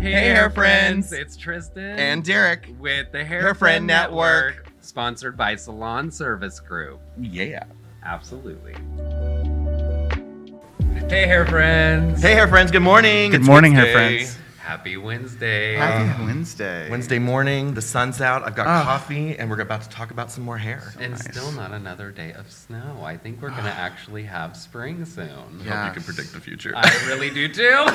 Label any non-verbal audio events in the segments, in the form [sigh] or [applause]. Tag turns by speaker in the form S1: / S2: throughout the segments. S1: hair friends.
S2: It's Tristan
S1: And Derek.
S2: with the Hair,
S1: Hair
S2: Friend
S1: Friend
S2: Network, sponsored by Salon Service Group.
S1: Yeah.
S2: Absolutely. Hey, hair friends.
S1: Hey, hair friends. Good morning.
S3: Good
S1: It's
S3: morning, hair
S1: Wednesday. Uh,
S3: friends.
S2: Happy Wednesday.
S3: Happy Wednesday.
S1: Wednesday morning. The sun's out. I've got
S3: Ah.
S1: coffee, and we're about to talk about some more hair.
S2: and
S3: nice.
S2: still not another day of snow. I think we're
S1: [sighs]
S2: gonna actually have spring soon.
S3: Yeah.
S1: Hope you can predict the future.
S2: I really do too.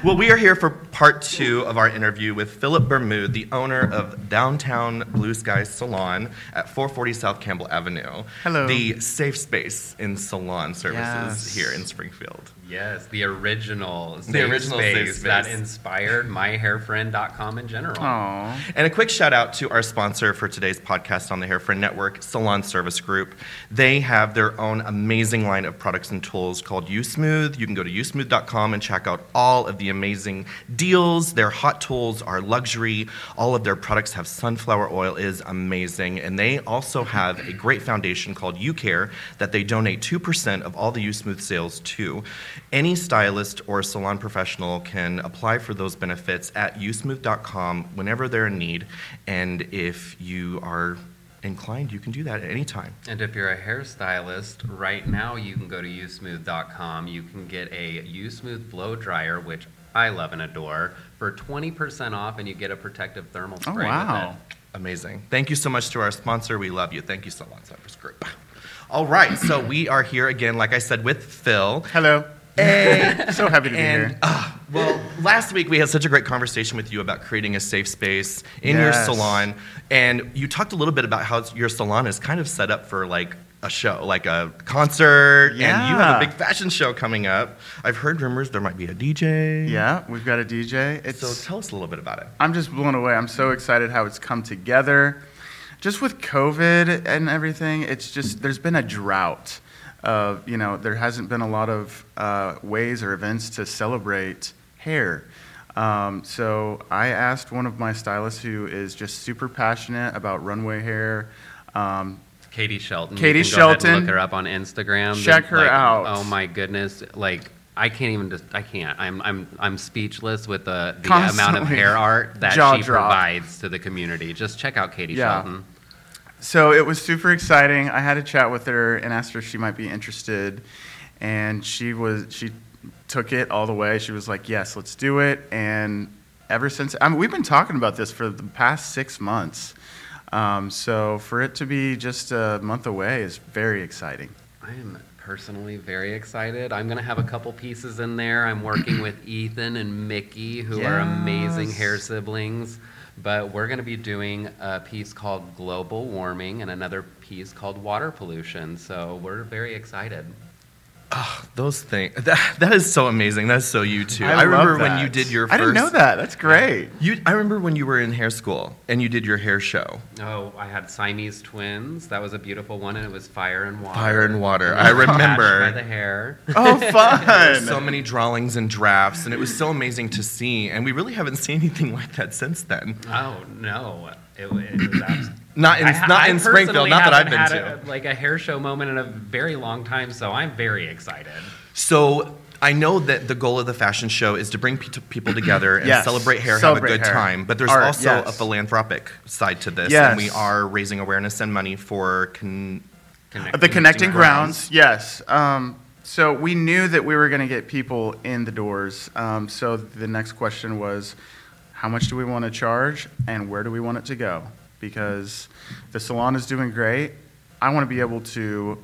S1: [laughs] well, we are here for part two of our interview with Philip Bermud, the owner of Downtown Blue Sky Salon at 440 South Campbell Avenue.
S3: Hello.
S1: The safe space in salon services
S3: Yes.
S1: here in Springfield.
S2: yes, the original the
S1: original safe
S2: space that
S1: space.
S2: inspired myhairfriend.com in general.
S3: Aw.
S1: And a quick shout out to our sponsor for today's podcast on the Hair Friend Network, Salon Service Group. They have their own amazing line of products and tools called USmooth. You can go to usmooth.com and check out all of the amazing deals. Their hot tools are luxury. All of their products have sunflower oil is amazing. And they also have a great foundation called UCare that they donate 2% of all the USmooth sales to. Any stylist or salon professional can apply for those benefits at usmooth.com whenever they're in need. And if you are inclined, you can do that at any time.
S2: And if you're a hairstylist, right now you can go to usmooth.com. You can get a usmooth blow dryer, which I love and adore, for 20% off, and you get a protective thermal
S3: Oh,
S2: spray.
S3: wow.
S1: Amazing. Thank you so much to our sponsor. We love you. Thank you, Salon Service Group. All right, so we are here again, like I said, with Phil.
S3: Hello. [laughs] so happy to be
S1: And
S3: here.
S1: ah, well, last week we had such a great conversation with you about creating a safe space in
S3: Yes.
S1: your salon, and you talked a little bit about how it's- your salon is kind of set up for like a show, like a concert, and you have a
S3: Yeah.
S1: big fashion show coming up. I've heard rumors there might be a DJ.
S3: Yeah, we've got a DJ. It's
S1: So tell us a little bit about it.
S3: I'm just blown away. I'm so excited how it's come together. Just with COVID and everything, it's just there's been a drought of you know there hasn't been a lot of uh, ways or events to celebrate hair. Um, so I asked one of my stylists who is just super passionate about runway hair. Um,
S2: Katie Shelton.
S3: Katie
S2: you can go ahead and
S3: Shelton.
S2: look her up on Instagram.
S3: Check her
S2: Like,
S3: out.
S2: Oh my goodness! Like I can't even. Just, I can't. I'm. I'm. I'm speechless with the, the
S3: Constantly.
S2: amount of hair art that
S3: Jaw
S2: she
S3: drop.
S2: provides to the community. Just check out Katie
S3: Yeah.
S2: Shelton.
S3: So it was super exciting. I had a chat with her and asked her if she might be interested, and she was she took it all the way. She was like, "Yes, let's do it." And ever since, I mean, we've been talking about this for the past six months. Um, so for it to be just a month away is very exciting.
S2: I am personally very excited. I'm going to have a couple pieces in there. I'm working [clears throat] with Ethan and Mickey, who are amazing
S3: Yes.
S2: hair siblings. But we're going to be doing a piece called Global Warming and another piece called Water Pollution. So we're very excited.
S1: Those things. That, that is so amazing. That's so you too.
S3: love
S1: remember when
S3: that.
S1: you did your.
S3: I didn't know
S1: first-
S3: that. That's great.
S1: You, I remember when you were in hair school and you did your hair show.
S2: Oh, I had Siamese twins. That was a beautiful one, and it was Fire and Water.
S1: Fire and water.
S2: And [laughs]
S1: I
S2: it was attached
S1: remember.
S2: By the hair.
S3: Oh, fun!
S1: [laughs] so many drawings and drafts, and it was so amazing to see. And we really haven't seen anything [laughs] like that since then.
S2: Oh no! It, wa- it was abs-
S1: Not in-
S2: ha-
S1: not in Springfield,
S2: personally
S1: not that I've
S2: haven't
S1: been
S2: had a- like a hair show moment in a very long time, so I'm very excited.
S1: So I know that the goal of the fashion show is to bring pe- people together and
S3: Yes.
S1: celebrate hair,
S3: Celebrate
S1: have a good
S3: hair.
S1: time. But there's
S3: Art,
S1: also
S3: yes.
S1: a philanthropic side to this,
S3: Yes.
S1: and we are raising awareness and money for. Con-
S2: Connecting
S3: the connecting
S2: the
S3: grounds, yes. Um, so we knew that we were going to get people in the doors. Um, so the next question was, how much do we want to charge, and where do we want it to go? Because the salon is doing great. I want to be able to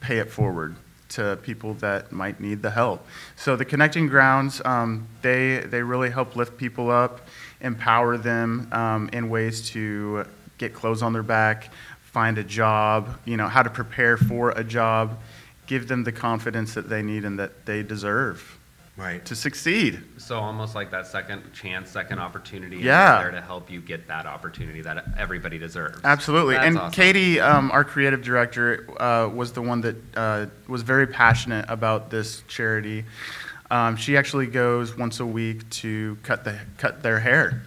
S3: pay it forward to people that might need the help. So the connecting grounds, um, they they really help lift people up, empower them um, in ways to get clothes on their back, find a job, you know, how to prepare for a job, give them the confidence that they need and that they deserve
S1: right.
S3: to succeed.
S2: so almost like that second chance, second opportunity. is
S3: Yeah.
S2: there to help you get that opportunity that everybody deserves.
S3: Absolutely.
S2: That's
S3: and
S2: awesome.
S3: Katie, um, our creative director, uh, was the one that uh, was very passionate about this charity. Um, she actually goes once a week to cut the cut their hair.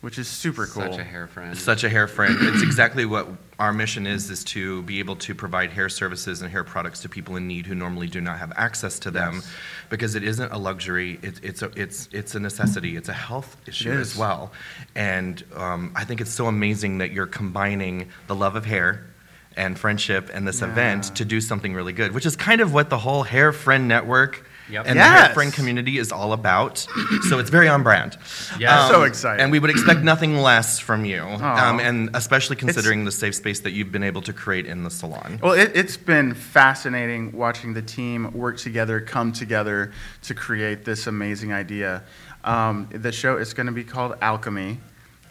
S3: which is super cool.
S2: Such a hair friend.
S1: Such a hair friend. It's exactly what our mission is: is to be able to provide hair services and hair products to people in need who normally do not have access to them,
S3: Yes.
S1: because it isn't a luxury. It, it's a it's it's a necessity. It's a health issue
S3: is.
S1: as well, and um, I think it's so amazing that you're combining the love of hair. And friendship and this
S3: Yeah.
S1: event to do something really good, which is kind of what the whole Hair Friend Network
S2: Yep.
S1: and the Hair
S3: Yes.
S1: Friend community is all about. so it's very on brand. Um,
S2: Yeah.
S3: So excited.
S1: And we would expect nothing less from you,
S3: Aw.
S1: um, and especially considering the safe space that you've been able to create in the salon.
S3: Well, it, it's been fascinating watching the team work together, come together to create this amazing idea. Um, the show is going to be called Alchemy,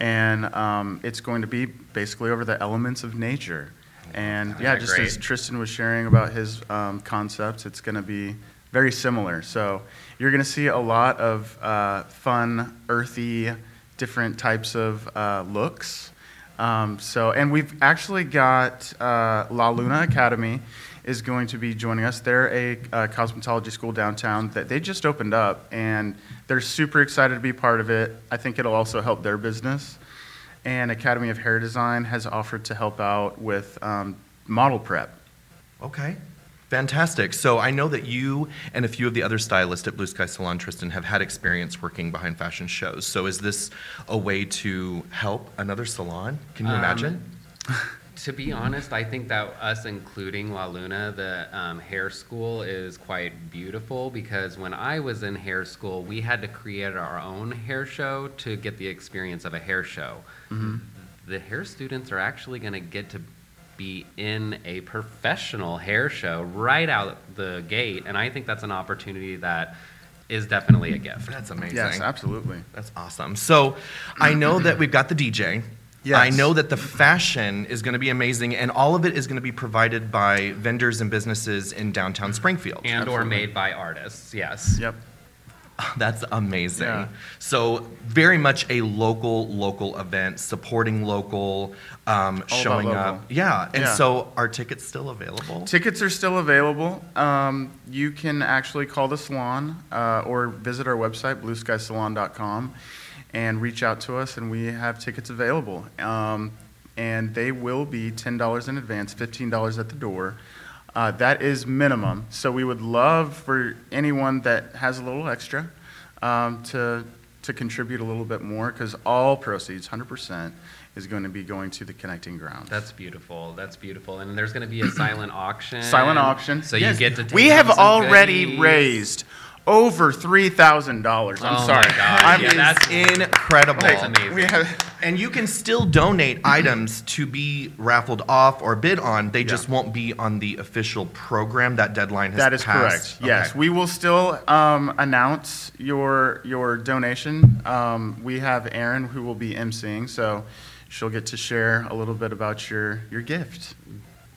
S3: and um, it's going to be basically over the elements of nature. And yeah,
S2: Yeah,
S3: just as
S2: great.
S3: Tristan was sharing about his um, concepts, it's going to be very similar. So you're going to see a lot of uh, fun, earthy, different types of uh, looks. Um, so, and we've actually got uh, La Luna Academy is going to be joining us. They're a uh, cosmetology school downtown that they just opened up, and they're super excited to be part of it. I think it'll also help their business. And Academy of Hair Design has offered to help out with um, model prep. Oh.
S1: Okay. Fantastic. So I know that you and a few of the other stylists at Blue Sky Salon, Tristan, have had experience working behind fashion shows. So is this a way to help another salon? Can you
S2: Um,
S1: imagine?
S2: To be honest, I think that us including La Luna, the um, hair school, is quite beautiful because when I was in hair school, we had to create our own hair show to get the experience of a hair show. The hair students are actually going to get to be in a professional hair show right out the gate, and I think that's an opportunity that is definitely a gift.
S1: That's amazing.
S3: Yes, absolutely.
S1: That's awesome. So I know that we've got the DJ.
S3: Yes.
S1: I know that the fashion is going to be amazing, and all of it is going to be provided by vendors and businesses in
S3: Mm-hmm.
S1: downtown Springfield.
S2: And or
S3: Absolutely.
S2: made by artists, yes.
S3: Yep.
S1: That's amazing.
S3: Yeah.
S1: So very much a local local event, supporting local, um,
S3: All about
S1: showing
S3: local.
S1: up. Yeah, and
S3: Yeah.
S1: so are tickets still available?
S3: Tickets are still available. Um, you can actually call the salon uh, or visit our website, blueskysalon.com, and reach out to us, and we have tickets available. Um, and they will be $10 in advance, $15 at the door. Uh, that is minimum. So we would love for anyone that has a little extra um, to, to contribute a little bit more because all proceeds, 100%, is going to be going to the connecting ground.
S2: That's beautiful. That's beautiful. And there's going to be a
S3: [clears throat]
S2: silent auction.
S3: Silent auction.
S2: Um, So
S3: Yes.
S2: you get to. Take
S3: We have
S2: home some
S3: already
S2: goodies.
S3: raised over three thousand dollars. I'm
S2: Oh my
S3: sorry.
S2: God.
S3: I'm
S2: Yeah, that's
S1: Incredible.
S2: That's amazing.
S3: we have
S1: And you can still
S3: [laughs]
S1: donate items to be raffled off or bid on. They just
S3: Yeah.
S1: won't be on the official program. That deadline has
S3: that is
S1: passed.
S3: correct. Yes,
S1: Okay.
S3: we will still um, announce your your donation. Um, we have Erin who will be emceeing, so she'll get to share a little bit about your your gift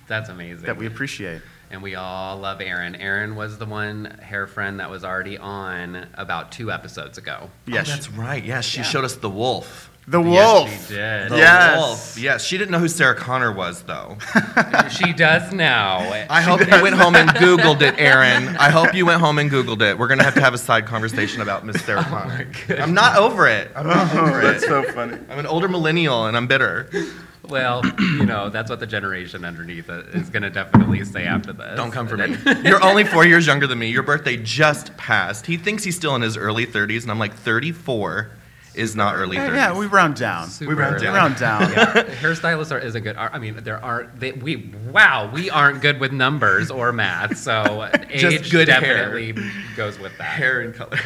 S2: That's amazing.
S3: that we appreciate.
S2: and we all love Aaron. Aaron was the one hair friend that was already on about two episodes ago.
S3: [laughs]
S1: Oh,
S3: Yes,
S1: that's right. Yes, she
S2: Yeah.
S1: showed us the wolf.
S3: the wolf.
S2: Yes, she did.
S1: The
S3: Yes.
S1: wolf. Yes, she didn't know who Sarah Connor was though.
S2: she does now.
S1: I hope you went home and Googled it, Aaron. I hope you went home and Googled it. We're gonna have to have a side conversation about Miss Sarah
S3: Oh
S1: Connor. I'm not over it. I'm,
S3: that's so funny.
S1: I'm an older millennial and I'm bitter.
S2: Well, [clears throat] you know that's what the generation underneath it is going to definitely say after this.
S1: Don't come for me. [laughs] You're only four years younger than me. Your birthday just passed. He thinks he's still in his early 30s, and I'm like, 34 is not early 30s.
S3: [laughs] Yeah, yeah, we round down.
S2: Super
S1: round
S3: We
S1: down.
S3: round
S2: [laughs]
S3: down.
S2: Hairstylists are, isn't good. I mean, there aren't. They, we wow, we aren't good with numbers or math. So
S3: [laughs]
S1: Just
S2: age
S1: good hair.
S2: definitely goes with that.
S1: Hair and color.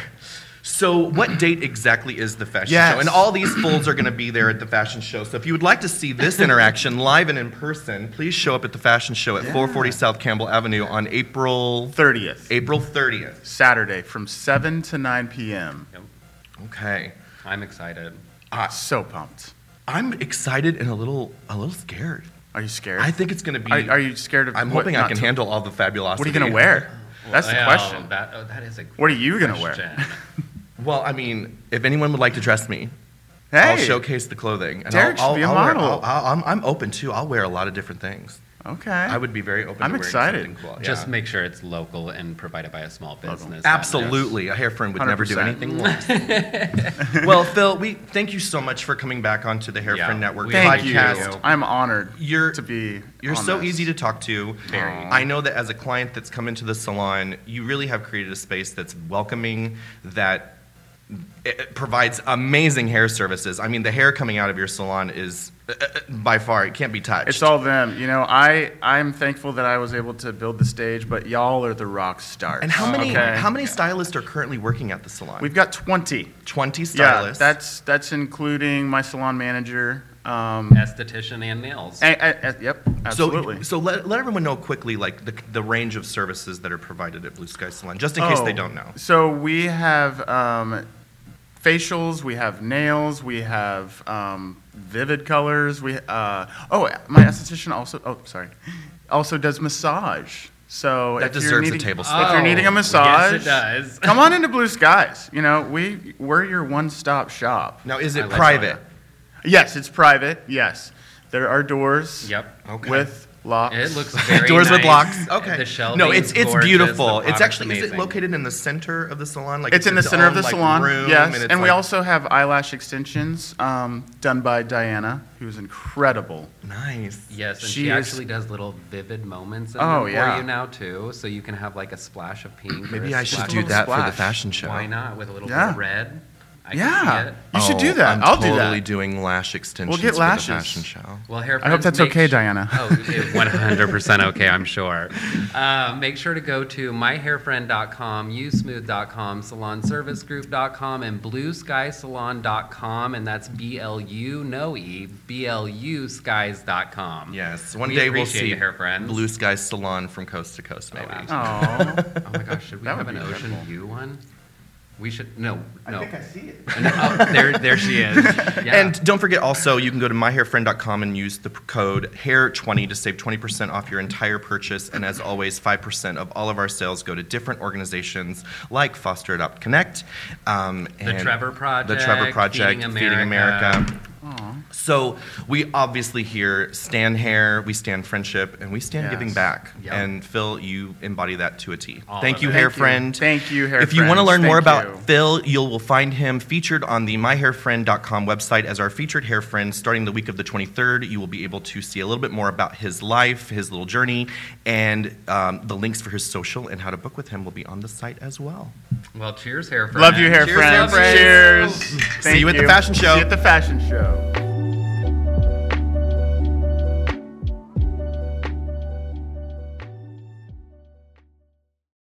S1: So, what date exactly is the fashion
S3: Yes.
S1: show? And all these fools are going to be there at the fashion show. So, if you would like to see
S3: [laughs]
S1: this interaction live and in person, please show up at the fashion show at 440 South Campbell Avenue on April
S3: Thirtieth
S1: April 30th.
S3: Saturday from seven to nine p.m.
S2: Yep.
S1: Okay.
S2: I'm excited.
S3: So pumped.
S1: I'm excited and a little a little scared.
S3: Are you scared?
S1: I think it's going to be
S3: Are, are you scared of?
S1: I'm
S3: what
S1: hoping I
S3: not
S1: can
S3: to-
S1: handle all the fabulosity.
S3: What are you gonna wear? That's the
S2: Well,
S3: question.
S2: That, oh, that is a
S3: What are you gonna wear?
S2: question.
S1: Well, I mean, if anyone would like to dress me, I'll
S3: Hey,
S1: showcase the clothing. And
S3: Derek
S1: I'll,
S3: should be a
S1: I'll wear-
S3: model.
S1: I'll- I'll- I'm, I'm open too. I'll wear a lot of different things.
S3: Okay.
S1: I would be very open.
S3: I'm
S1: to wearing
S3: excited.
S1: something Cool.
S2: Just
S1: Yeah.
S2: make sure it's local and provided by a small business. uh,
S1: Absolutely, a hair friend would never do
S3: 100%.
S1: anything
S2: [laughs]
S1: less. well, Phil, we thank you so much for coming back onto the Hair
S2: Yeah,
S1: Friend Network
S2: we
S3: Thank
S1: podcast.
S3: you. I'm honored
S1: You're-
S3: to be.
S1: You're
S3: on
S1: so
S3: this.
S1: easy to talk to. I know that as a client that's come into the salon, you really have created a space that's welcoming, that it it provides amazing hair services. I mean, the hair coming out of your salon is uh, uh, by far it can't be touched.
S3: It's all them, you know. I I'm thankful that I was able to build the stage, but y'all are the rock stars.
S1: and how many
S3: Okay?
S1: how many stylists are currently working at the salon?
S3: We've got 20
S1: twenty
S3: Yeah,
S1: stylists.
S3: that's that's including my salon manager. Um,
S2: Esthetician and nails.
S3: a- a- a- yep, absolutely.
S1: So, so let, let everyone know quickly, like the, the range of services that are provided at Blue Sky Salon, just in case they
S3: Oh,
S1: don't know.
S3: So we have um, facials, we have nails, we have um, vivid colors. We uh, oh, my esthetician also. Oh, sorry, also does massage. So
S1: That
S3: if you're
S1: deserves a
S3: needing-
S1: table
S3: If
S2: Oh,
S3: you're needing
S2: yes, it
S3: a
S1: [laughs]
S3: massage,
S2: does.
S3: come on into Blue Skies. You know, we we're your one-stop shop.
S1: Now, is
S2: I
S1: it
S2: like
S1: private?
S3: Yes, it's private. Yes, there are doors.
S2: Yep.
S1: Okay.
S3: With locks.
S2: It
S3: [laughs]
S2: looks very
S1: Doors with
S2: nice.
S1: locks. Okay.
S2: The shelving.
S1: no, it's it's beautiful. It's actually is it
S2: located.
S1: located in the center of the salon? Like
S3: it's in the
S1: its
S3: center of
S1: own,
S3: the
S1: like,
S3: salon.
S1: room,
S3: yes,
S1: and,
S3: and,
S1: it's
S3: we
S1: like-
S3: also have eyelash extensions um, done by Diana, who's incredible.
S1: nice.
S2: Yes, and
S3: She
S2: she,
S3: is-
S2: actually does little vivid moments in
S3: Oh,
S2: them
S3: yeah.
S2: for you now too, so you can have like a splash of pink.
S1: Maybe
S2: or a
S1: I should
S2: splash
S1: do
S2: of-
S1: that for the
S3: splash.
S1: fashion show.
S2: Why not with a little
S3: Yeah.
S2: bit of red? I can see
S3: yeah,
S2: it.
S3: you should do
S1: Oh, I'm
S3: that. will
S1: totally
S3: do that.
S1: doing lash extensions
S3: We'll get lashes.
S1: for the fashion show.
S2: Well, hair.
S3: I hope
S2: friends,
S3: that's
S2: make
S3: okay,
S2: su-
S3: Diana.
S2: Oh,
S3: [laughs]
S2: one hundred percent okay. I'm sure. Uh, make sure to go to myhairfriend.com, yousmooth.com, salonservicegroup.com, and blueskysalon.com, and that's B L U no E B L U skies.com.
S1: Yes, one
S2: We
S1: day we'll
S2: appreciate
S1: see
S2: you, hair friends. Oh,
S1: Blue Sky Salon from coast to coast. Maybe.
S2: absolutely.
S3: Aw.
S2: Oh my gosh, should we
S3: That
S2: have
S3: would
S2: an
S3: be
S2: ocean
S3: incredible.
S2: view one? We should. No, no.
S3: see it.
S2: [laughs] Oh,
S3: [laughs]
S2: there, there she is.
S1: [laughs]
S2: Yeah.
S1: And don't forget also, you can go to myhairfriend.com and use the p- code HAIR20 to save 20% off your entire purchase. And as always, 5% of all of our sales go to different organizations like Foster Adopt Connect, um,
S2: The Trevor
S1: the
S2: Project,
S1: Trevor Project,
S2: Feeding
S1: Feeding
S2: America.
S1: America. So we obviously here stand hair, we stand friendship, and we stand
S3: Yes.
S1: giving back.
S2: Yep.
S1: And Phil, you embody that to a T.
S2: All
S1: Thank
S2: of
S1: you,
S2: it.
S1: hair
S3: Thank you.
S1: friend.
S3: Thank you, hair
S1: If you want to learn
S3: friends.
S1: more
S3: Thank
S1: about
S3: you.
S1: Phil, you'll will find him featured on the myhairfriend.com website as our featured hair friend starting the week of the 23rd. You will be able to see a little bit more about his life, his little journey, and um, the links for his social and how to book with him will be on the site as well.
S2: well, cheers, hair friends.
S3: Love you, hair
S2: Cheers,
S3: friends.
S2: lovers.
S3: Cheers. Thank
S1: you at the fashion show.
S3: See you at the fashion show.